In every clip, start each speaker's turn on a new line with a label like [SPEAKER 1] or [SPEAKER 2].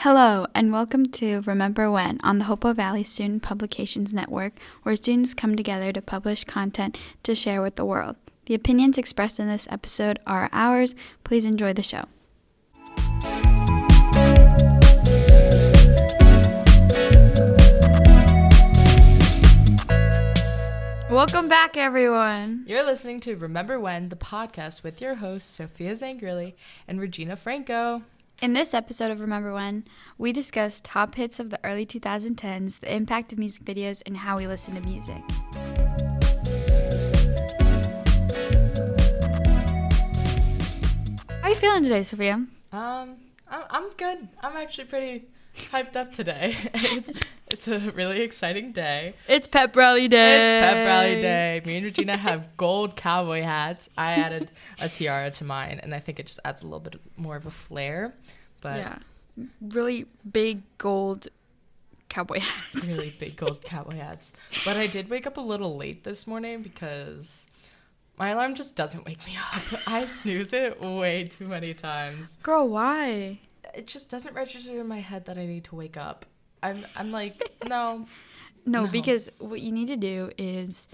[SPEAKER 1] Hello, and welcome to Remember When on the Hopo Valley Student Publications Network, where students come together to publish content to share with the world. The opinions expressed in this episode are ours. Please enjoy the show. Welcome back, everyone.
[SPEAKER 2] You're listening to Remember When, the podcast with your hosts, Sophia Zangrilli and Regina Franco.
[SPEAKER 1] In this episode of Remember When, we discuss top hits of the early 2010s, the impact of music videos, and how we listen to music. How are you feeling today, Sophia?
[SPEAKER 2] Um, I'm, I'm good. I'm actually pretty hyped up today. it's, it's a really exciting day.
[SPEAKER 1] It's pep rally day.
[SPEAKER 2] It's pep rally day. Me and Regina have gold cowboy hats. I added a tiara to mine, and I think it just adds a little bit more of a flair. But
[SPEAKER 1] Yeah. Really big gold cowboy hats.
[SPEAKER 2] really big gold cowboy hats. But I did wake up a little late this morning because my alarm just doesn't wake me up. I snooze it way too many times.
[SPEAKER 1] Girl, why?
[SPEAKER 2] It just doesn't register in my head that I need to wake up. I'm I'm like, no.
[SPEAKER 1] No,
[SPEAKER 2] No.
[SPEAKER 1] because what you need to do is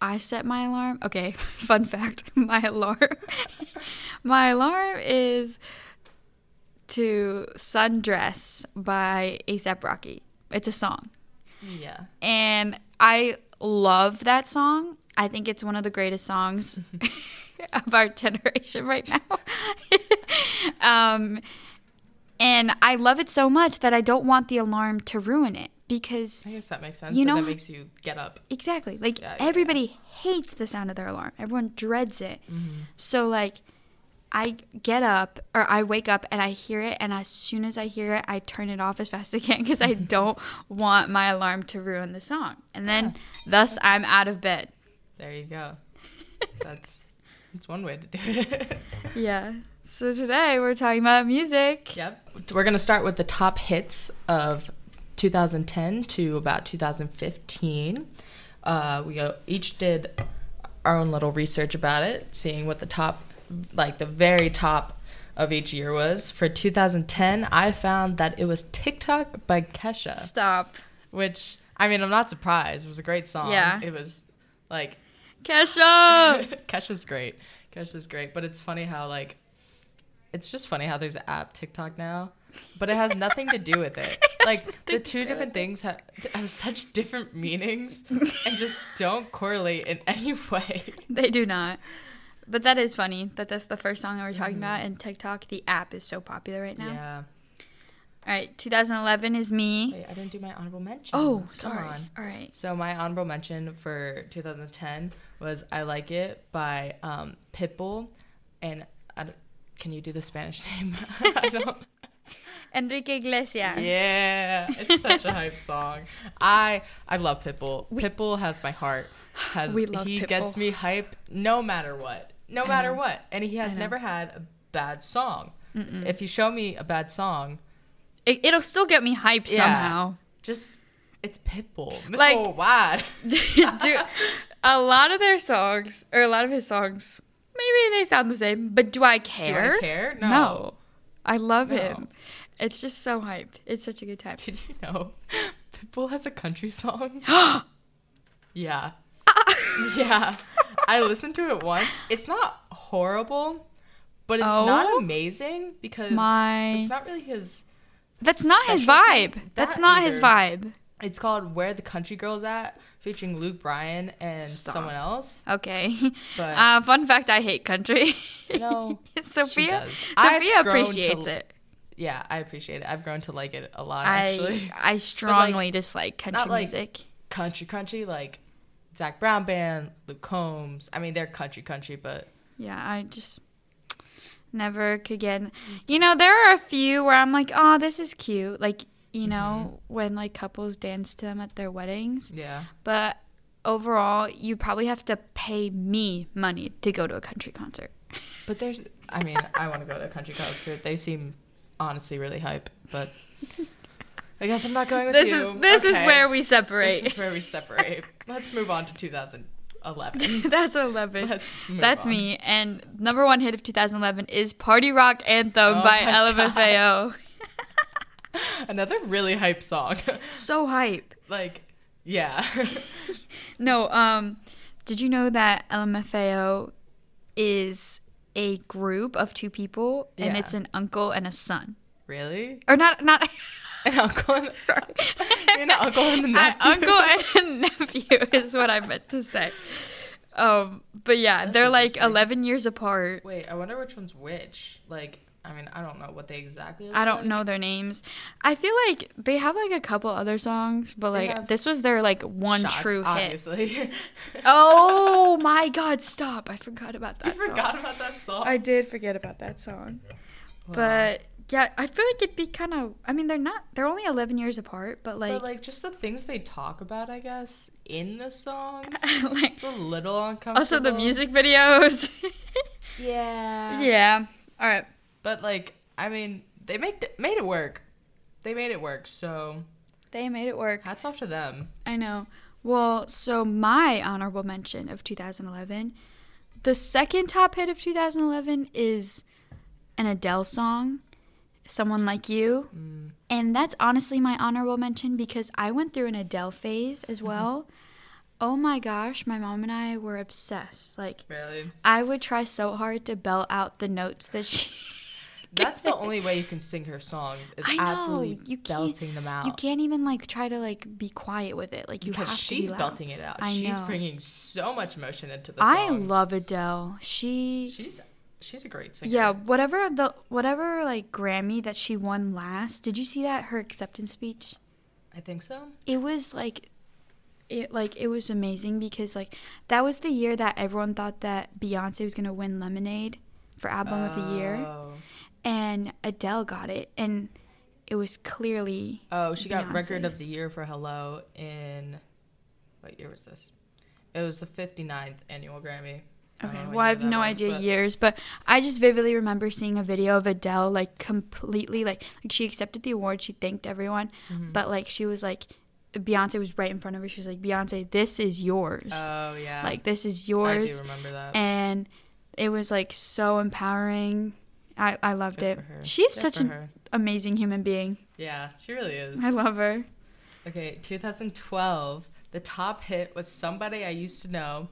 [SPEAKER 1] I set my alarm. Okay, fun fact, my alarm. my alarm is to Sundress by ASAP Rocky. It's a song.
[SPEAKER 2] Yeah.
[SPEAKER 1] And I love that song. I think it's one of the greatest songs of our generation right now. um, and I love it so much that I don't want the alarm to ruin it because
[SPEAKER 2] I guess that makes sense.
[SPEAKER 1] You
[SPEAKER 2] You
[SPEAKER 1] know-
[SPEAKER 2] that makes you get up.
[SPEAKER 1] Exactly. Like
[SPEAKER 2] Yeah, yeah,
[SPEAKER 1] everybody hates the sound of their alarm. Everyone dreads it.
[SPEAKER 2] Mm-hmm. Mm.
[SPEAKER 1] So like I get up or I wake up and I hear it and as soon as I hear it I turn it off as fast as I can cuz I don't want my alarm to ruin the song. And then thus I'm out of bed.
[SPEAKER 2] There you go. That's that's one way to do it.
[SPEAKER 1] Yeah. So today we're talking about music.
[SPEAKER 2] yep. We're gonna start with the top hits of 2010 to about 2015. Uh, we go, each did our own little research about it, seeing what the top, like the very top of each year was. For 2010, I found that it was TikTok by Kesha.
[SPEAKER 1] Stop.
[SPEAKER 2] which I mean, I'm not surprised. It was a great song.
[SPEAKER 1] Yeah.
[SPEAKER 2] It was like
[SPEAKER 1] Kesha.
[SPEAKER 2] Kesha's great. Kesha's great, but it's funny how like it's just funny how there's an app TikTok now, but it has nothing to do with it.
[SPEAKER 1] It has
[SPEAKER 2] Like
[SPEAKER 1] nothing
[SPEAKER 2] the
[SPEAKER 1] to
[SPEAKER 2] two
[SPEAKER 1] do
[SPEAKER 2] different things have, have such different meanings and just don't correlate in any way.
[SPEAKER 1] they do not. But that is funny that that's the first song that we're talking about and TikTok the app is so popular right now.
[SPEAKER 2] Mm-hmm. Yeah.
[SPEAKER 1] All right, 2011 is me.
[SPEAKER 2] Wait, I didn't do my honorable mention.
[SPEAKER 1] Oh, sorry. All right.
[SPEAKER 2] So my honorable mention for 2010 was "I Like It" by um, Pitbull, and I don't- can you do the Spanish name? I don't-
[SPEAKER 1] Enrique Iglesias.
[SPEAKER 2] yeah, it's such a hype song. I I love Pitbull. Pitbull has my heart. Has
[SPEAKER 1] We love
[SPEAKER 2] he
[SPEAKER 1] Pitbull.
[SPEAKER 2] gets me hype no matter what, no matter
[SPEAKER 1] know.
[SPEAKER 2] what, and he has
[SPEAKER 1] know.
[SPEAKER 2] never had a bad song. If you show me a bad song,
[SPEAKER 1] It, it'll still get me hyped
[SPEAKER 2] Yeah.
[SPEAKER 1] somehow.
[SPEAKER 2] just it's Pitbull, Mr.
[SPEAKER 1] Like-
[SPEAKER 2] Worldwide.
[SPEAKER 1] Dude, a lot of their songs, or a lot of his songs, maybe they sound the same, but do I
[SPEAKER 2] Do
[SPEAKER 1] care?
[SPEAKER 2] I care?
[SPEAKER 1] No. I love
[SPEAKER 2] No.
[SPEAKER 1] him. It's just so hyped. It's such a good time.
[SPEAKER 2] Did you know Pitbull has a country song? yeah. yeah. I listened to it once. It's not horrible, but it's
[SPEAKER 1] Oh.
[SPEAKER 2] not amazing because
[SPEAKER 1] My-
[SPEAKER 2] it's not really his.
[SPEAKER 1] That's not his
[SPEAKER 2] Especially
[SPEAKER 1] vibe.
[SPEAKER 2] that
[SPEAKER 1] That's not his
[SPEAKER 2] either.
[SPEAKER 1] vibe.
[SPEAKER 2] It's called Where the Country Girl's At, featuring Luke Bryan and
[SPEAKER 1] Stop.
[SPEAKER 2] someone else.
[SPEAKER 1] Okay.
[SPEAKER 2] But-
[SPEAKER 1] uh, fun fact I hate country.
[SPEAKER 2] No,
[SPEAKER 1] Sophia,
[SPEAKER 2] does. I've
[SPEAKER 1] Sophia
[SPEAKER 2] grown to
[SPEAKER 1] appreciates
[SPEAKER 2] l-
[SPEAKER 1] it.
[SPEAKER 2] Yeah, I appreciate it. I've grown to like it a lot,
[SPEAKER 1] I,
[SPEAKER 2] actually.
[SPEAKER 1] I strongly dislike country
[SPEAKER 2] not like-
[SPEAKER 1] music.
[SPEAKER 2] Country, country, like Zach Brown Band, Luke Combs. I mean, they're country, country, but
[SPEAKER 1] Yeah, I just never could get. in-
[SPEAKER 2] Mm.
[SPEAKER 1] You know, there are a few where I'm like, oh, this is cute. Like, you know,
[SPEAKER 2] Mm-hmm.
[SPEAKER 1] when like couples dance to them at their weddings.
[SPEAKER 2] yeah.
[SPEAKER 1] But overall, you probably have to pay me money to go to a country concert.
[SPEAKER 2] But there's, I mean, I want to go to a country concert. They seem honestly really hype, but I guess I'm not going with
[SPEAKER 1] This
[SPEAKER 2] you.
[SPEAKER 1] is this is
[SPEAKER 2] Okay.
[SPEAKER 1] where we
[SPEAKER 2] this
[SPEAKER 1] separate.
[SPEAKER 2] is where we separate. Let's move on to 2011.
[SPEAKER 1] That's 11.
[SPEAKER 2] Let's move
[SPEAKER 1] That's
[SPEAKER 2] on.
[SPEAKER 1] me. And number one hit of 2011 is Party Rock Anthem
[SPEAKER 2] Oh
[SPEAKER 1] by
[SPEAKER 2] my
[SPEAKER 1] LMFAO.
[SPEAKER 2] Another really hype song.
[SPEAKER 1] So hype.
[SPEAKER 2] like, yeah.
[SPEAKER 1] No, um, did you know that LMFAO is a group of two people and
[SPEAKER 2] Yeah.
[SPEAKER 1] it's an uncle and a son?
[SPEAKER 2] really?
[SPEAKER 1] Or not not
[SPEAKER 2] An uncle and
[SPEAKER 1] sorry.
[SPEAKER 2] An uncle and a
[SPEAKER 1] An
[SPEAKER 2] nephew.
[SPEAKER 1] uncle and a nephew is what I meant to say. Um, but yeah,
[SPEAKER 2] That's
[SPEAKER 1] they're like
[SPEAKER 2] interesting.
[SPEAKER 1] 11 years apart.
[SPEAKER 2] Wait, I wonder which one's which. Like, I mean, I don't know what they exactly. Look
[SPEAKER 1] I don't
[SPEAKER 2] like.
[SPEAKER 1] know their names. I feel like they have like a couple other songs, but
[SPEAKER 2] They
[SPEAKER 1] like
[SPEAKER 2] have
[SPEAKER 1] this was their like one
[SPEAKER 2] Shots,
[SPEAKER 1] true hit.
[SPEAKER 2] obviously.
[SPEAKER 1] Oh my god, stop. I forgot about
[SPEAKER 2] I
[SPEAKER 1] that song.
[SPEAKER 2] forgot about that song.
[SPEAKER 1] I did forget about that song.
[SPEAKER 2] Wow.
[SPEAKER 1] But yeah, I feel like it'd be kind of. I mean, they're not. They're only eleven years apart, but like,
[SPEAKER 2] but like just the things they talk about, I guess, in the songs.
[SPEAKER 1] like,
[SPEAKER 2] It's a little uncomfortable.
[SPEAKER 1] also the music videos.
[SPEAKER 2] Yeah.
[SPEAKER 1] yeah. All right.
[SPEAKER 2] But like, I mean, they made made it work. They made it work. So
[SPEAKER 1] They made it work.
[SPEAKER 2] hats off to them.
[SPEAKER 1] I know. Well, so my honorable mention of 2011, the second top hit of 2011 is an Adele song, Someone Like You.
[SPEAKER 2] Mm,
[SPEAKER 1] And that's honestly my honorable mention because I went through an Adele phase
[SPEAKER 2] Mm-hmm.
[SPEAKER 1] as well. Oh my gosh, my mom and I were obsessed. Like,
[SPEAKER 2] Really.
[SPEAKER 1] I would try so hard to belt out the notes that she.
[SPEAKER 2] That's the only way you can sing her songs is
[SPEAKER 1] I know,
[SPEAKER 2] absolutely
[SPEAKER 1] you can't-
[SPEAKER 2] belting them out.
[SPEAKER 1] You can't even like try to like be quiet with it. Like you
[SPEAKER 2] because
[SPEAKER 1] have to
[SPEAKER 2] she's
[SPEAKER 1] be loud.
[SPEAKER 2] belting it out.
[SPEAKER 1] I
[SPEAKER 2] she's
[SPEAKER 1] know.
[SPEAKER 2] bringing so much emotion into the songs.
[SPEAKER 1] I love Adele. She
[SPEAKER 2] She's she's a great singer.
[SPEAKER 1] Yeah, whatever the whatever like Grammy that she won last. Did you see that her acceptance speech?
[SPEAKER 2] I think so.
[SPEAKER 1] It was like it like it was amazing because like that was the year that everyone thought that Beyonce was going to win Lemonade for album of the year
[SPEAKER 2] Oh.
[SPEAKER 1] and Adele got it and it was clearly
[SPEAKER 2] Oh, she got record of
[SPEAKER 1] Beyonce's.
[SPEAKER 2] the year for Hello in what year was this? It was the 59th annual Grammy. I don't
[SPEAKER 1] Okay.
[SPEAKER 2] know what
[SPEAKER 1] Well, I
[SPEAKER 2] year
[SPEAKER 1] have
[SPEAKER 2] that
[SPEAKER 1] no
[SPEAKER 2] was,
[SPEAKER 1] idea
[SPEAKER 2] but-
[SPEAKER 1] years, but I just vividly remember seeing a video of Adele like completely like like she accepted the award, she thanked everyone,
[SPEAKER 2] Mm-hmm.
[SPEAKER 1] but like she was like Beyonce was right in front of her. She was like, "Beyonce, this is yours.
[SPEAKER 2] Oh yeah.
[SPEAKER 1] like this is
[SPEAKER 2] I
[SPEAKER 1] yours."
[SPEAKER 2] do remember that.
[SPEAKER 1] And it was like so empowering. I I loved
[SPEAKER 2] Good
[SPEAKER 1] it.
[SPEAKER 2] for her.
[SPEAKER 1] She's
[SPEAKER 2] Good
[SPEAKER 1] such
[SPEAKER 2] for
[SPEAKER 1] an
[SPEAKER 2] her.
[SPEAKER 1] amazing human being.
[SPEAKER 2] Yeah, she really is.
[SPEAKER 1] I love her.
[SPEAKER 2] okay, 2012. The top hit was somebody I used to know.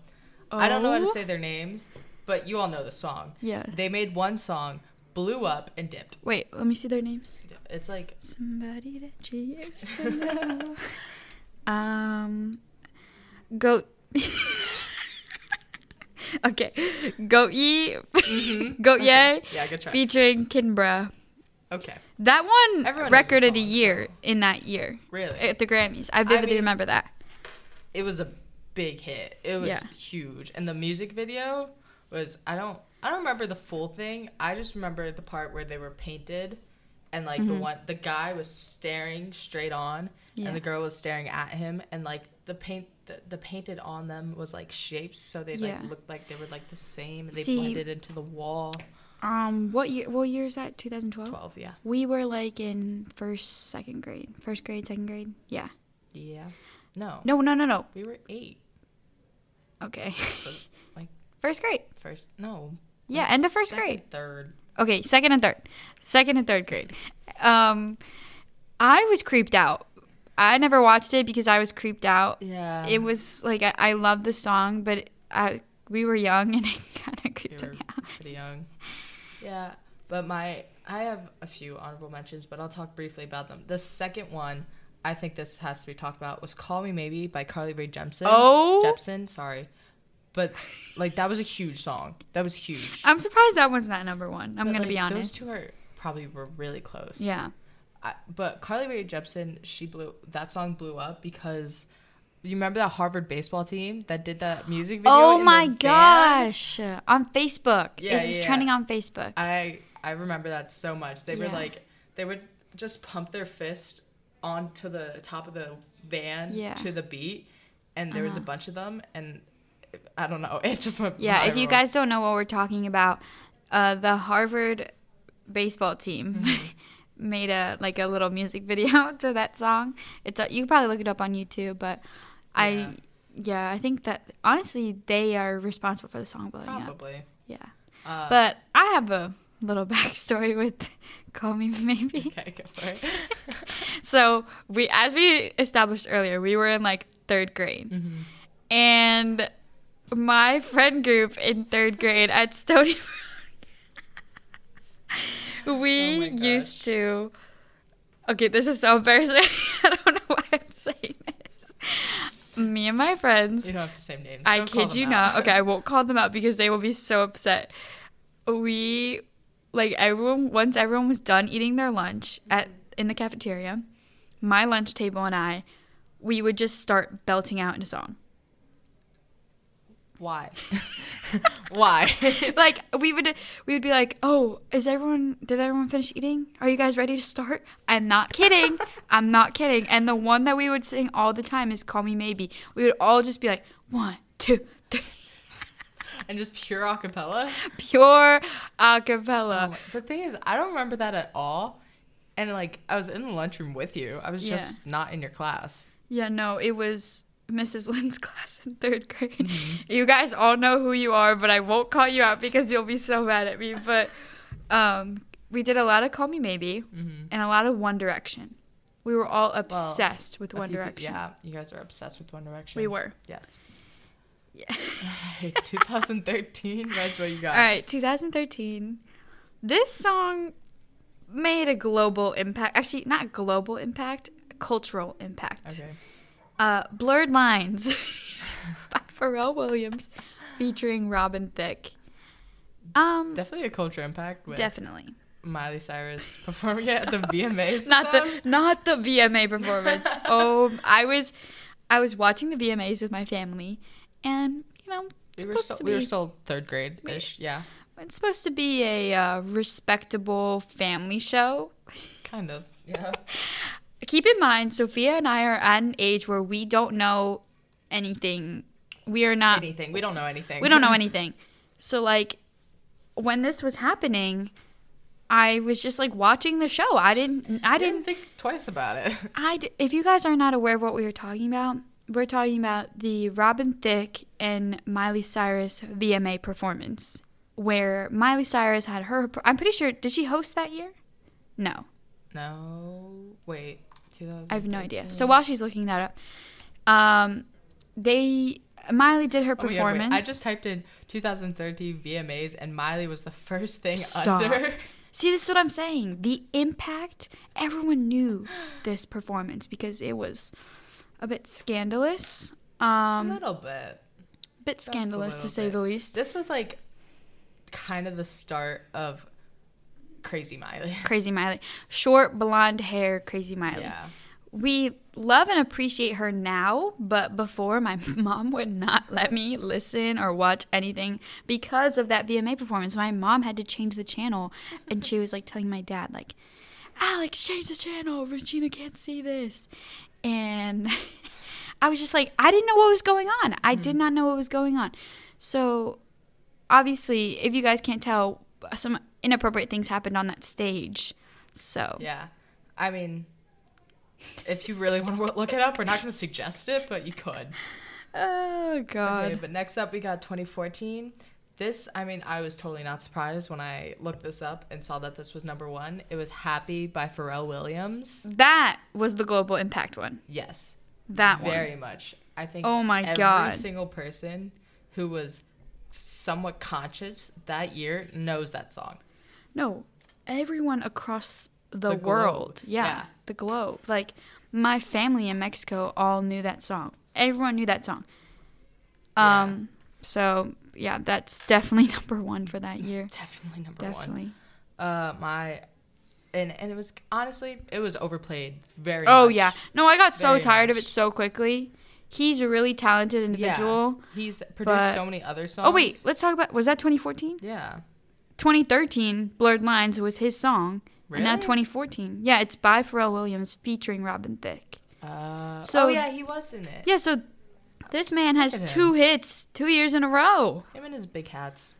[SPEAKER 2] I don't know how to
[SPEAKER 1] Oh.
[SPEAKER 2] say their names, but you all know the song.
[SPEAKER 1] Yeah.
[SPEAKER 2] They made one song, blew up, and dipped.
[SPEAKER 1] Wait, let me see their names.
[SPEAKER 2] It's like
[SPEAKER 1] Somebody that you used to know. um, goat. okay, goat ye,
[SPEAKER 2] Mm-hmm.
[SPEAKER 1] goat yay,
[SPEAKER 2] yeah, good try.
[SPEAKER 1] featuring Kinbra.
[SPEAKER 2] Okay,
[SPEAKER 1] That one
[SPEAKER 2] Everyone knows the
[SPEAKER 1] record of the
[SPEAKER 2] song,
[SPEAKER 1] year
[SPEAKER 2] so-
[SPEAKER 1] in that year
[SPEAKER 2] really.
[SPEAKER 1] at the Grammys. I vividly
[SPEAKER 2] mean-
[SPEAKER 1] remember that.
[SPEAKER 2] it was a big hit. It was
[SPEAKER 1] Yeah.
[SPEAKER 2] huge, and the music video was I don't I don't remember the full thing. I just remember the part where they were painted, and like
[SPEAKER 1] Mm-hmm.
[SPEAKER 2] the one the guy was staring straight on,
[SPEAKER 1] Yeah.
[SPEAKER 2] and the girl was staring at him, and like the paint. The, the painted on them was like shapes, so they like
[SPEAKER 1] Yeah.
[SPEAKER 2] looked like they were like the same, and they
[SPEAKER 1] See-
[SPEAKER 2] blended into the wall.
[SPEAKER 1] Um, what year? What year is that? 2012.
[SPEAKER 2] Twelve, yeah,
[SPEAKER 1] We were like in first, second grade. First grade, second grade. Yeah.
[SPEAKER 2] yeah. No,
[SPEAKER 1] No, no, no, no.
[SPEAKER 2] we were eight.
[SPEAKER 1] Okay.
[SPEAKER 2] So, like
[SPEAKER 1] first grade.
[SPEAKER 2] first, no.
[SPEAKER 1] Yeah,
[SPEAKER 2] like,
[SPEAKER 1] end of first
[SPEAKER 2] second,
[SPEAKER 1] grade.
[SPEAKER 2] Third,
[SPEAKER 1] okay second and third second and third grade um i was creeped out i never watched it because i was creeped out
[SPEAKER 2] yeah.
[SPEAKER 1] it was like i, I love the song but I, we were young and it kind of creeped
[SPEAKER 2] You're
[SPEAKER 1] me out
[SPEAKER 2] pretty young. Yeah, but my I have a few honorable mentions, but I'll talk briefly about them. The second one I think this has to be talked about was "Call Me Maybe" by Carly Rae Jepsen.
[SPEAKER 1] Oh.
[SPEAKER 2] Jepsen, sorry, but like that was a huge song. That was huge.
[SPEAKER 1] i'm surprised that one's not number one i'm
[SPEAKER 2] But,
[SPEAKER 1] gonna
[SPEAKER 2] like,
[SPEAKER 1] be honest
[SPEAKER 2] Those two are probably were really close.
[SPEAKER 1] yeah
[SPEAKER 2] I, but Carly Rae Jepsen, she blew that song blew up because you remember that Harvard baseball team that did that music video.
[SPEAKER 1] oh
[SPEAKER 2] in
[SPEAKER 1] my
[SPEAKER 2] the van?
[SPEAKER 1] gosh on facebook
[SPEAKER 2] Yeah,
[SPEAKER 1] it was
[SPEAKER 2] yeah,
[SPEAKER 1] trending
[SPEAKER 2] yeah.
[SPEAKER 1] on facebook
[SPEAKER 2] I I remember that so much. They were
[SPEAKER 1] Yeah.
[SPEAKER 2] like they would just pump their fist onto the top of the van
[SPEAKER 1] Yeah. Uh-huh.
[SPEAKER 2] to the beat, and there was a bunch of them, and I don't know, it just went.
[SPEAKER 1] Yeah, if you
[SPEAKER 2] viral.
[SPEAKER 1] guys don't know what we're talking about, uh, the Harvard baseball team
[SPEAKER 2] Mm-hmm.
[SPEAKER 1] made a like a little music video to that song. It's a, you can probably look it up on YouTube, but
[SPEAKER 2] Yeah.
[SPEAKER 1] I yeah I think that honestly they are responsible for the song blowing up.
[SPEAKER 2] probably,
[SPEAKER 1] Yeah,
[SPEAKER 2] uh,
[SPEAKER 1] but I have a little backstory with Call Me Maybe.
[SPEAKER 2] Okay, go for it.
[SPEAKER 1] so we as we established earlier we were in like third grade and my friend group in third grade at stony brook
[SPEAKER 2] Oh my
[SPEAKER 1] we
[SPEAKER 2] gosh.
[SPEAKER 1] used to okay this is so embarrassing i don't know why i'm saying this me and my friends
[SPEAKER 2] You don't have to say names.
[SPEAKER 1] I
[SPEAKER 2] Don't call
[SPEAKER 1] kid
[SPEAKER 2] them
[SPEAKER 1] you
[SPEAKER 2] out.
[SPEAKER 1] not. Okay, I won't call them out because they will be so upset. We, like everyone, once everyone was done eating their lunch at
[SPEAKER 2] Mm-hmm.
[SPEAKER 1] in the cafeteria, my lunch table and I, we would just start belting out in a song.
[SPEAKER 2] Why? Why?
[SPEAKER 1] Like we would, we would be like, "Oh, is everyone? Did everyone finish eating? Are you guys ready to start?" I'm not kidding. I'm not kidding. And the one that we would sing all the time is "Call Me Maybe." We would all just be like, one, two, three,
[SPEAKER 2] and just pure acapella.
[SPEAKER 1] pure a cappella.
[SPEAKER 2] Um, the thing is, I don't remember that at all. And like, I was in the lunchroom with you. I was
[SPEAKER 1] Yeah.
[SPEAKER 2] just not in your class.
[SPEAKER 1] Yeah, no, it was Mrs. Lynn's class in third grade. You guys all know who you are, but I won't call you out because you'll be so mad at me. But um, we did a lot of Call Me Maybe
[SPEAKER 2] Mm-hmm.
[SPEAKER 1] and a lot of One Direction. We were all obsessed with One Direction.
[SPEAKER 2] yeah, you guys are obsessed with One Direction.
[SPEAKER 1] we were.
[SPEAKER 2] Yes.
[SPEAKER 1] Yeah.
[SPEAKER 2] Alright, 2013. That's what you got.
[SPEAKER 1] all right, 2013. This song made a global impact. Actually, not global impact, cultural impact.
[SPEAKER 2] Okay.
[SPEAKER 1] Uh, Blurred Lines by Pharrell Williams featuring Robin Thicke. Um,
[SPEAKER 2] Definitely a culture impact with
[SPEAKER 1] definitely.
[SPEAKER 2] Miley Cyrus performing it at the VMAs.
[SPEAKER 1] Not
[SPEAKER 2] with
[SPEAKER 1] the
[SPEAKER 2] them.
[SPEAKER 1] not the VMA performance. oh, I was I was watching the VMAs with my family and you know, it's
[SPEAKER 2] We were,
[SPEAKER 1] supposed
[SPEAKER 2] still,
[SPEAKER 1] to
[SPEAKER 2] we were
[SPEAKER 1] be
[SPEAKER 2] still third grade ish. Yeah,
[SPEAKER 1] it's supposed to be a uh, respectable family show.
[SPEAKER 2] kind of. Yeah.
[SPEAKER 1] Keep in mind Sophia and I are at an age where we don't know anything. We are not
[SPEAKER 2] anything. We don't know anything.
[SPEAKER 1] Ah. We don't know anything. So like when this was happening, I was just like watching the show. I didn't I
[SPEAKER 2] I didn't
[SPEAKER 1] didn't
[SPEAKER 2] think twice about it.
[SPEAKER 1] I d- if you guys are not aware of what we were talking about, we're talking about the Robin Thicke and Miley Cyrus VMA performance where Miley Cyrus had her I'm pretty sure did she host that year? No.
[SPEAKER 2] No. Wait. 2000.
[SPEAKER 1] I have no idea. So while she's looking that up, um they Miley did her performance.
[SPEAKER 2] Oh, I just typed in 2013 VMAs, and Miley was the first thing
[SPEAKER 1] Stop.
[SPEAKER 2] under.
[SPEAKER 1] See, this is what I'm saying. The impact, everyone knew this performance because it was a bit scandalous.
[SPEAKER 2] A
[SPEAKER 1] Um,
[SPEAKER 2] little bit.
[SPEAKER 1] bit
[SPEAKER 2] a
[SPEAKER 1] scandalous to
[SPEAKER 2] little
[SPEAKER 1] say
[SPEAKER 2] bit.
[SPEAKER 1] the least.
[SPEAKER 2] This was like kind of the start of Crazy Miley.
[SPEAKER 1] Crazy Miley. Short blonde hair, Crazy Miley.
[SPEAKER 2] Yeah.
[SPEAKER 1] We love and appreciate her now, but before my mom would not let me listen or watch anything because of that VMA performance. My mom had to change the channel and she was like telling my dad like, "Alex, change the channel. Regina can't see this." And I was just like, I didn't know what was going on. I
[SPEAKER 2] Mm-hmm.
[SPEAKER 1] did not know what was going on. So, obviously, if you guys can't tell, some inappropriate things happened on that stage. So,
[SPEAKER 2] Yeah. I mean, if you really want to look it up, we're not going to suggest it, but you could.
[SPEAKER 1] oh god.
[SPEAKER 2] Okay, but next up, we got 2014. This, I mean, I was totally not surprised when I looked this up and saw that this was number one. It was Happy by Pharrell Williams.
[SPEAKER 1] That was the global impact one.
[SPEAKER 2] Yes,
[SPEAKER 1] That
[SPEAKER 2] very
[SPEAKER 1] one.
[SPEAKER 2] much. I think
[SPEAKER 1] Oh my
[SPEAKER 2] every
[SPEAKER 1] God.
[SPEAKER 2] single person who was somewhat conscious that year knows that song.
[SPEAKER 1] No, everyone across the,
[SPEAKER 2] The globe.
[SPEAKER 1] world. Yeah,
[SPEAKER 2] Yeah.
[SPEAKER 1] the globe. Like my family in Mexico all knew that song. Everyone knew that song.
[SPEAKER 2] Yeah.
[SPEAKER 1] Um. So yeah, that's definitely number one for that year.
[SPEAKER 2] Definitely number one.
[SPEAKER 1] definitely.
[SPEAKER 2] Uh, my, and and it was honestly it was overplayed very.
[SPEAKER 1] Oh
[SPEAKER 2] much.
[SPEAKER 1] yeah. No, I got so
[SPEAKER 2] Very
[SPEAKER 1] tired of
[SPEAKER 2] much.
[SPEAKER 1] it so quickly. He's a really talented
[SPEAKER 2] Yeah.
[SPEAKER 1] individual.
[SPEAKER 2] He's produced
[SPEAKER 1] but-
[SPEAKER 2] so many other songs.
[SPEAKER 1] Oh wait, let's talk about was that 2014?
[SPEAKER 2] Yeah.
[SPEAKER 1] 2013, Blurred Lines was his song. And now
[SPEAKER 2] Really?
[SPEAKER 1] 2014. Yeah, it's by Pharrell Williams featuring Robin Thicke.
[SPEAKER 2] Uh,
[SPEAKER 1] So-
[SPEAKER 2] oh yeah, he was in it.
[SPEAKER 1] Yeah, so this man has
[SPEAKER 2] Look at
[SPEAKER 1] two hits two years in a row.
[SPEAKER 2] Him and his big hats.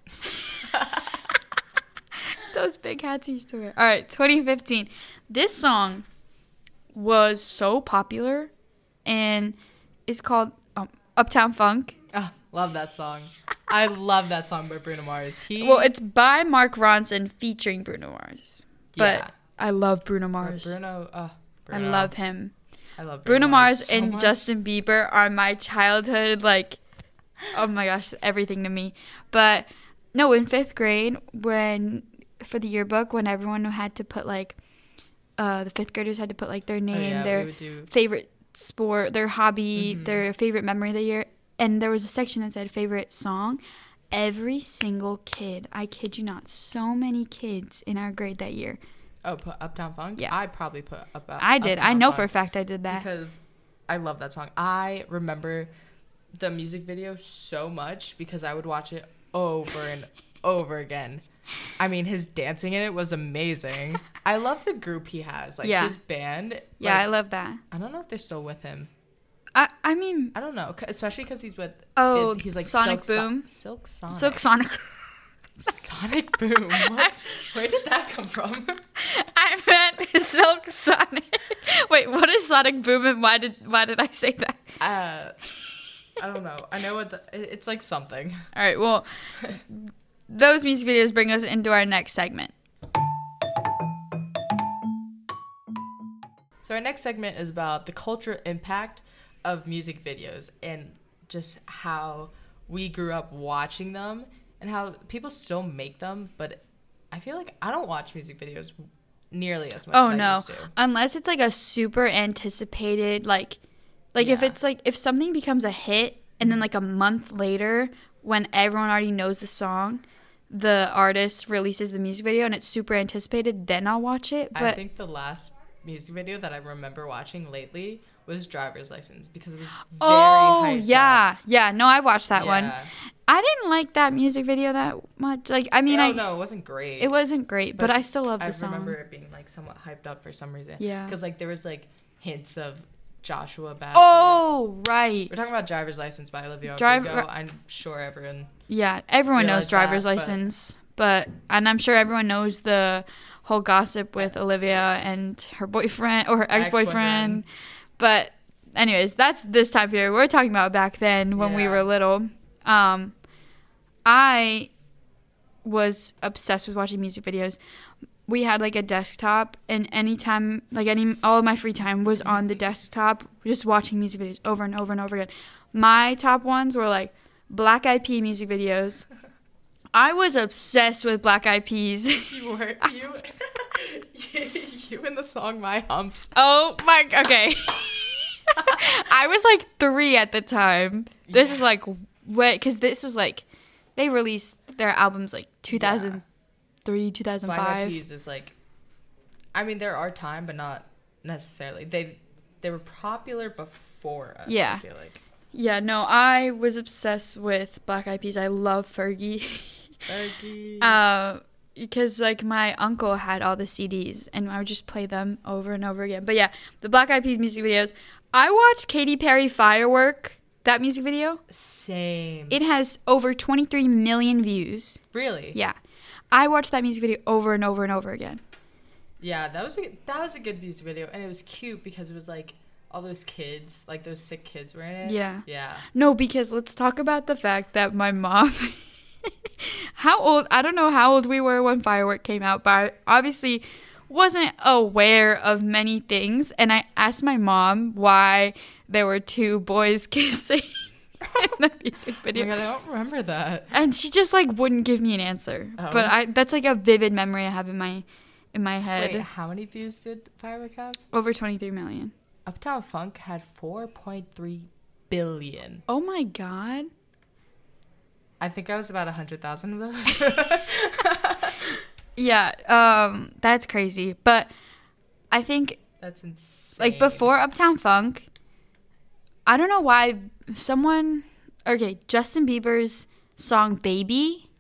[SPEAKER 1] Those big hats he used to wear. All right, 2015. This song was so popular and it's called um, Uptown Funk.
[SPEAKER 2] Ah, Love that song. I love that song by Bruno Mars. He
[SPEAKER 1] Well, it's by Mark Ronson featuring Bruno Mars. But
[SPEAKER 2] Yeah.
[SPEAKER 1] I love Bruno Mars.
[SPEAKER 2] Bruno, oh,
[SPEAKER 1] I
[SPEAKER 2] Bruno.
[SPEAKER 1] love him.
[SPEAKER 2] I love
[SPEAKER 1] Bruno, Mars
[SPEAKER 2] so
[SPEAKER 1] and
[SPEAKER 2] much.
[SPEAKER 1] Justin Bieber are my childhood like oh my gosh, everything to me. But no, in 5th grade when for the yearbook when everyone had to put like uh the 5th graders had to put like their
[SPEAKER 2] Oh,
[SPEAKER 1] name,
[SPEAKER 2] yeah,
[SPEAKER 1] their
[SPEAKER 2] we would Mm-hmm. do
[SPEAKER 1] favorite sport, their hobby, their favorite memory of the year. And there was a section that said favorite song. Every single kid, I kid you not, so many kids in our grade that year.
[SPEAKER 2] oh put Uptown Funk.
[SPEAKER 1] Yeah.
[SPEAKER 2] I probably put up. up
[SPEAKER 1] I did. I
[SPEAKER 2] Uptown
[SPEAKER 1] know
[SPEAKER 2] Funk
[SPEAKER 1] for a fact I did that.
[SPEAKER 2] because I love that song. I remember the music video so much because I would watch it over and over again. I mean, his dancing in it was amazing. I love the group he has, like
[SPEAKER 1] Yeah.
[SPEAKER 2] his band.
[SPEAKER 1] yeah, I
[SPEAKER 2] like,
[SPEAKER 1] love that.
[SPEAKER 2] I don't know if they're still with him.
[SPEAKER 1] I, I mean,
[SPEAKER 2] I don't know, c- especially because he's with.
[SPEAKER 1] Oh,
[SPEAKER 2] he's like
[SPEAKER 1] Sonic
[SPEAKER 2] Silk So-
[SPEAKER 1] Boom.
[SPEAKER 2] Silk Sonic.
[SPEAKER 1] Silk Sonic.
[SPEAKER 2] Sonic Boom. What? Where did that come from?
[SPEAKER 1] I meant Silk Sonic. Wait, what is Sonic Boom and why did why did I say that?
[SPEAKER 2] Uh, I don't know. I know what the, it- it's like something.
[SPEAKER 1] All right, well, those music videos bring us into our next segment.
[SPEAKER 2] So our next segment is about the cultural impact of music videos and just how we grew up watching them and how people still make them, but I feel like I don't watch music videos nearly as much
[SPEAKER 1] Oh
[SPEAKER 2] as I
[SPEAKER 1] no.
[SPEAKER 2] used to.
[SPEAKER 1] Unless it's like a super anticipated like like if
[SPEAKER 2] Yeah.
[SPEAKER 1] it's like if something becomes a hit and then like a month later when everyone already knows the song, the artist releases the music video and it's super anticipated, then I'll watch it.
[SPEAKER 2] I
[SPEAKER 1] But
[SPEAKER 2] think the last music video that I remember watching lately was driver's license because it was very
[SPEAKER 1] Oh
[SPEAKER 2] hyped up.
[SPEAKER 1] yeah. Yeah, no, I watched that
[SPEAKER 2] Yeah.
[SPEAKER 1] one. I didn't like that music video that much. Like I mean
[SPEAKER 2] no,
[SPEAKER 1] I
[SPEAKER 2] no, it wasn't great.
[SPEAKER 1] it wasn't great, but,
[SPEAKER 2] But
[SPEAKER 1] I still love the
[SPEAKER 2] I
[SPEAKER 1] song.
[SPEAKER 2] remember it being like somewhat hyped up for some reason.
[SPEAKER 1] Yeah.
[SPEAKER 2] Because like there was like hints of Joshua Bassett.
[SPEAKER 1] Oh right.
[SPEAKER 2] We're talking about driver's license by Olivia
[SPEAKER 1] Drive-
[SPEAKER 2] Rodrigo. I'm sure everyone.
[SPEAKER 1] Yeah, everyone
[SPEAKER 2] realize
[SPEAKER 1] knows driver's
[SPEAKER 2] that, but-
[SPEAKER 1] license, but and I'm sure everyone knows the whole gossip with Olivia and her boyfriend or her ex-boyfriend.
[SPEAKER 2] Ex-boyfriend.
[SPEAKER 1] But anyways, that's this time period we're talking about back then when we
[SPEAKER 2] Yeah.
[SPEAKER 1] were little. Um I was obsessed with watching music videos. We had like a desktop and anytime like any all of my free time was on the desktop just watching music videos over and over and over again. My top ones were like Black Eyed Pea music videos. I was obsessed with Black Eyed Peas.
[SPEAKER 2] You were
[SPEAKER 1] Ah.
[SPEAKER 2] you. you and the song "My Humps."
[SPEAKER 1] oh my, okay. I was like three at the time. This is like way, because this was like, they released their albums like 2003,
[SPEAKER 2] Black Eyed
[SPEAKER 1] 2005.
[SPEAKER 2] Peas is like. I mean, there are time, but not necessarily. They they were popular before us.
[SPEAKER 1] Yeah.
[SPEAKER 2] I feel like
[SPEAKER 1] Yeah, no, I was obsessed with Black Eyed Peas. I love Fergie.
[SPEAKER 2] Fergie.
[SPEAKER 1] Uh, because like my uncle had all the CDs and I would just play them over and over again. But yeah, the Black Eyed Peas music videos. I watched Katy Perry Firework, that music video.
[SPEAKER 2] Same.
[SPEAKER 1] It has over 23 million views.
[SPEAKER 2] really.
[SPEAKER 1] Yeah. I watched that music video over and over and over again.
[SPEAKER 2] Yeah, that was a that was a good music video, and it was cute because it was like all those kids, like those sick kids, were in it.
[SPEAKER 1] Yeah.
[SPEAKER 2] Yeah.
[SPEAKER 1] No, because let's talk about the fact that my mom. how old? I don't know how old we were when Firework came out, but I obviously wasn't aware of many things. And I asked my mom why there were two boys kissing in the music
[SPEAKER 2] Oh my
[SPEAKER 1] video.
[SPEAKER 2] God, I don't remember that.
[SPEAKER 1] and she just like wouldn't give me an answer.
[SPEAKER 2] Oh.
[SPEAKER 1] But I that's like a vivid memory I have in my in my head.
[SPEAKER 2] Wait, how many views did Firework have?
[SPEAKER 1] Over 23 million.
[SPEAKER 2] Uptown Funk had 4.3 billion.
[SPEAKER 1] Oh my god.
[SPEAKER 2] I think I was about 100,000 of those.
[SPEAKER 1] Yeah, um that's crazy. But I think
[SPEAKER 2] That's insane.
[SPEAKER 1] like before Uptown Funk, I don't know why someone okay, Justin Bieber's song Baby,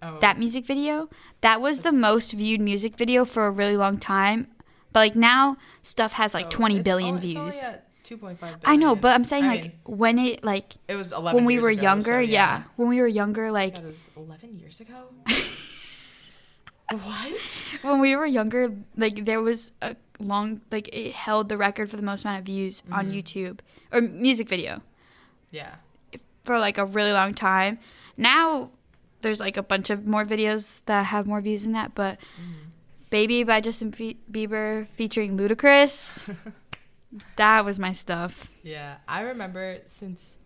[SPEAKER 2] Oh,
[SPEAKER 1] that music video, that was the most viewed music video for a really long time. But like now stuff has like
[SPEAKER 2] oh,
[SPEAKER 1] twenty
[SPEAKER 2] it's
[SPEAKER 1] billion
[SPEAKER 2] only- it's only
[SPEAKER 1] views.
[SPEAKER 2] at 2.5 billion.
[SPEAKER 1] I know, but I'm saying
[SPEAKER 2] I
[SPEAKER 1] like
[SPEAKER 2] mean,
[SPEAKER 1] when it like
[SPEAKER 2] it was 11
[SPEAKER 1] when we
[SPEAKER 2] years
[SPEAKER 1] were
[SPEAKER 2] ago, so
[SPEAKER 1] younger, yeah.
[SPEAKER 2] yeah.
[SPEAKER 1] When we were younger, like
[SPEAKER 2] That was 11 years ago? what?
[SPEAKER 1] when we were younger, like there was a long like it
[SPEAKER 2] Mm-hmm.
[SPEAKER 1] held the record for the most amount of views on YouTube or music video.
[SPEAKER 2] Yeah.
[SPEAKER 1] for like a really long time. Now there's like a bunch of more videos that have more views than that, but
[SPEAKER 2] Mm.
[SPEAKER 1] Baby by Justin Fe- Bieber featuring Ludacris, that was my stuff.
[SPEAKER 2] Yeah, I remember since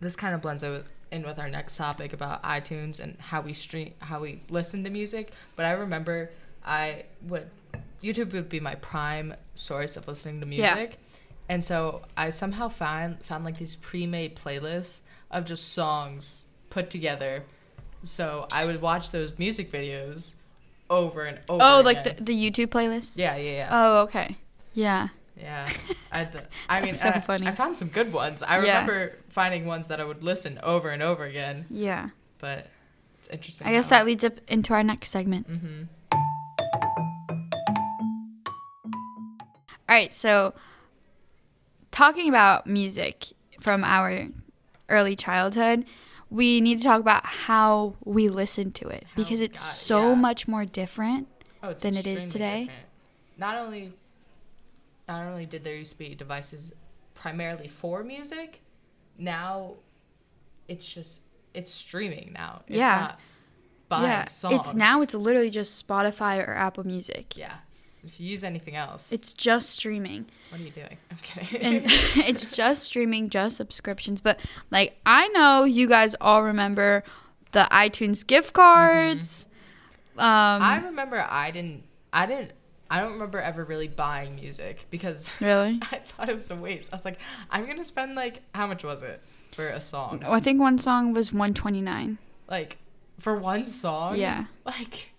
[SPEAKER 2] this kind of blends in with, in with our next topic about iTunes and how we stream, how we listen to music. But I remember I would YouTube would be my prime source of listening to
[SPEAKER 1] Yeah.
[SPEAKER 2] music, and so I somehow found found like these pre-made playlists of just songs put together. So I would watch those music videos over and over.
[SPEAKER 1] Oh, like
[SPEAKER 2] again.
[SPEAKER 1] the, the YouTube playlist?
[SPEAKER 2] yeah, yeah, yeah.
[SPEAKER 1] Oh, okay. Yeah.
[SPEAKER 2] Yeah, I, th- I mean,
[SPEAKER 1] That's so
[SPEAKER 2] and I,
[SPEAKER 1] funny.
[SPEAKER 2] I found some good ones. I
[SPEAKER 1] Yeah.
[SPEAKER 2] remember finding ones that I would listen over and over again,
[SPEAKER 1] Yeah.
[SPEAKER 2] but it's interesting.
[SPEAKER 1] I guess that leads up into our next segment.
[SPEAKER 2] hmm
[SPEAKER 1] All right, so talking about music from our early childhood, we need to talk about how we listen to it because it's
[SPEAKER 2] got-
[SPEAKER 1] so
[SPEAKER 2] yeah.
[SPEAKER 1] much more different.
[SPEAKER 2] oh, it's
[SPEAKER 1] than it is
[SPEAKER 2] extremely
[SPEAKER 1] today.
[SPEAKER 2] different. Not only, not only did there used to be devices primarily for music, now it's just it's streaming now. It's
[SPEAKER 1] Yeah.
[SPEAKER 2] not buying songs.
[SPEAKER 1] it's now it's literally just Spotify or Apple Music.
[SPEAKER 2] yeah. If you use anything else,
[SPEAKER 1] It's just streaming.
[SPEAKER 2] what are you doing? I'm kidding.
[SPEAKER 1] and it's just streaming, just subscriptions. But like I know you guys all remember the iTunes gift cards. Um
[SPEAKER 2] Mm-hmm. I remember I didn't I didn't I don't remember ever really buying music because
[SPEAKER 1] really?
[SPEAKER 2] I thought it was a waste. I was like, I'm gonna spend like how much was it for a song?
[SPEAKER 1] I think one song was 129.
[SPEAKER 2] Like for one song?
[SPEAKER 1] Yeah.
[SPEAKER 2] Like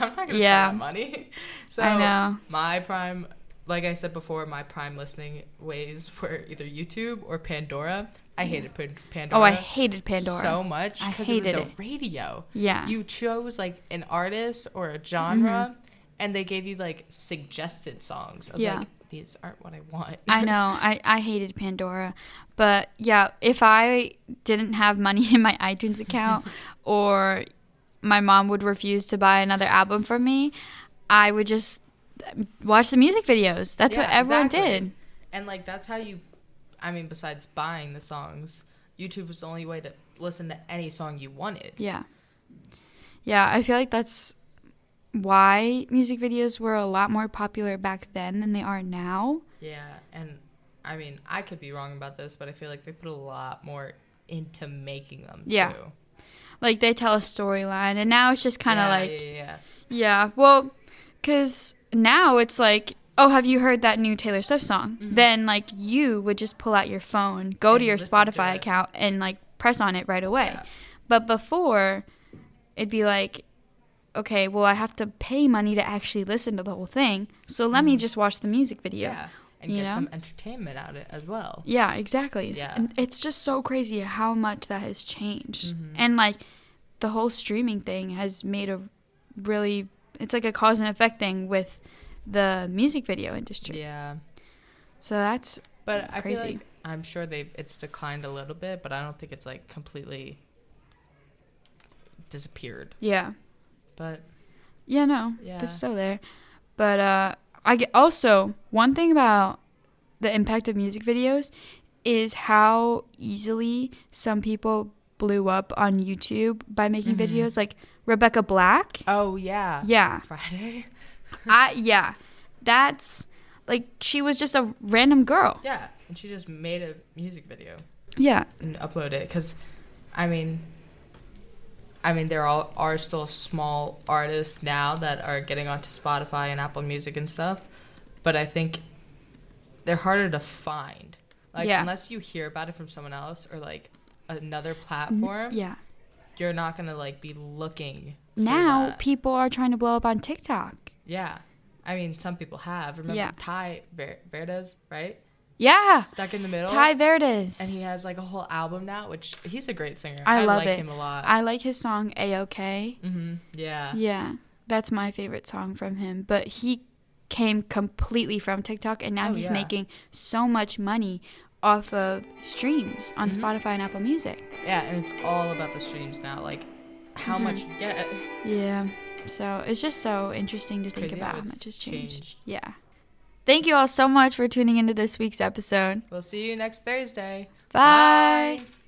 [SPEAKER 2] I'm not gonna
[SPEAKER 1] Yeah.
[SPEAKER 2] spend that money. So
[SPEAKER 1] I know.
[SPEAKER 2] my prime like I said before, my prime listening ways were either YouTube or Pandora. I hated Pan- Pandora.
[SPEAKER 1] Oh, I hated Pandora.
[SPEAKER 2] so much
[SPEAKER 1] I
[SPEAKER 2] because it was
[SPEAKER 1] hated
[SPEAKER 2] a
[SPEAKER 1] it.
[SPEAKER 2] radio.
[SPEAKER 1] Yeah. Mm-hmm.
[SPEAKER 2] you chose like an artist or a genre and they gave you like suggested songs. I was
[SPEAKER 1] Yeah.
[SPEAKER 2] like, these aren't what I want.
[SPEAKER 1] I know. I, I hated Pandora. But yeah, if I didn't have money in my iTunes account or my mom would refuse to buy another album from me, I would just watch the music videos. That's what
[SPEAKER 2] Yeah,
[SPEAKER 1] everyone
[SPEAKER 2] exactly.
[SPEAKER 1] did.
[SPEAKER 2] And like that's how you I mean, besides buying the songs, YouTube was the only way to listen to any song you wanted.
[SPEAKER 1] Yeah. Yeah, I feel like that's why music videos were a lot more popular back then than they are now.
[SPEAKER 2] Yeah. And I mean, I could be wrong about this, but I feel like they put a lot more into making them
[SPEAKER 1] Yeah.
[SPEAKER 2] too.
[SPEAKER 1] Like they tell a storyline and now it's just kind of
[SPEAKER 2] Yeah,
[SPEAKER 1] like
[SPEAKER 2] yeah, yeah.
[SPEAKER 1] Yeah, well, because now it's like, oh, have you heard that new Taylor Swift song? Then, like, you would just pull out your phone, go to
[SPEAKER 2] Mm-hmm. And
[SPEAKER 1] your
[SPEAKER 2] listen to
[SPEAKER 1] Spotify
[SPEAKER 2] it.
[SPEAKER 1] account, and like press on it right away.
[SPEAKER 2] Yeah.
[SPEAKER 1] But before, it'd be like, okay, well, I have to pay money to actually listen to the whole thing, so let me just watch the music video.
[SPEAKER 2] Mm-hmm. Yeah. And
[SPEAKER 1] You
[SPEAKER 2] get
[SPEAKER 1] know?
[SPEAKER 2] some entertainment out of it as well.
[SPEAKER 1] Yeah, exactly. It's-
[SPEAKER 2] Yeah.
[SPEAKER 1] and It's just so crazy how much that has changed.
[SPEAKER 2] Mm-hmm.
[SPEAKER 1] And like the whole streaming thing has made a really it's like a cause and effect thing with the music video industry.
[SPEAKER 2] Yeah.
[SPEAKER 1] So that's
[SPEAKER 2] But I feel
[SPEAKER 1] Crazy.
[SPEAKER 2] like I'm sure they've it's declined a little bit, but I don't think it's like completely disappeared.
[SPEAKER 1] yeah.
[SPEAKER 2] But
[SPEAKER 1] Yeah, no.
[SPEAKER 2] Yeah.
[SPEAKER 1] It's still there. But uh I get also one thing about the impact of music videos is how easily some people blew up on YouTube by making
[SPEAKER 2] Mhm.
[SPEAKER 1] videos like Rebecca Black.
[SPEAKER 2] oh yeah,
[SPEAKER 1] Yeah.
[SPEAKER 2] Friday.
[SPEAKER 1] I yeah, that's like she was just a random girl.
[SPEAKER 2] Yeah, and she just made a music video
[SPEAKER 1] Yeah,
[SPEAKER 2] and uploaded it because, I mean, I mean there all are still small artists now that are getting onto Spotify and Apple Music and stuff, but I think they're harder to find. Like
[SPEAKER 1] Yeah.
[SPEAKER 2] unless you hear about it from someone else or like another
[SPEAKER 1] Mm-hmm.
[SPEAKER 2] platform.
[SPEAKER 1] yeah.
[SPEAKER 2] you're not gonna like be looking for
[SPEAKER 1] Now
[SPEAKER 2] that.
[SPEAKER 1] people are trying to blow up on TikTok.
[SPEAKER 2] yeah i mean some people have remember
[SPEAKER 1] Yeah.
[SPEAKER 2] ty Ver- verdes right
[SPEAKER 1] Yeah,
[SPEAKER 2] stuck in the middle
[SPEAKER 1] Ty
[SPEAKER 2] and
[SPEAKER 1] Verdes.
[SPEAKER 2] he has like a whole album now which he's a great singer
[SPEAKER 1] I love
[SPEAKER 2] like
[SPEAKER 1] it.
[SPEAKER 2] him a lot
[SPEAKER 1] I like his song A OK.
[SPEAKER 2] hmm yeah
[SPEAKER 1] Yeah, that's my favorite song from him. But he came completely from TikTok, and now
[SPEAKER 2] Oh,
[SPEAKER 1] he's
[SPEAKER 2] yeah.
[SPEAKER 1] making so much money off of streams on Spotify and Apple Music.
[SPEAKER 2] yeah and it's all about the streams now like how
[SPEAKER 1] Mm-hmm.
[SPEAKER 2] much you get
[SPEAKER 1] Yeah. So it's just so interesting to think
[SPEAKER 2] crazy how
[SPEAKER 1] about how
[SPEAKER 2] it's
[SPEAKER 1] much has changed.
[SPEAKER 2] changed.
[SPEAKER 1] Yeah. Thank you all so much for tuning into this week's episode.
[SPEAKER 2] we'll see you next thursday
[SPEAKER 1] Bye.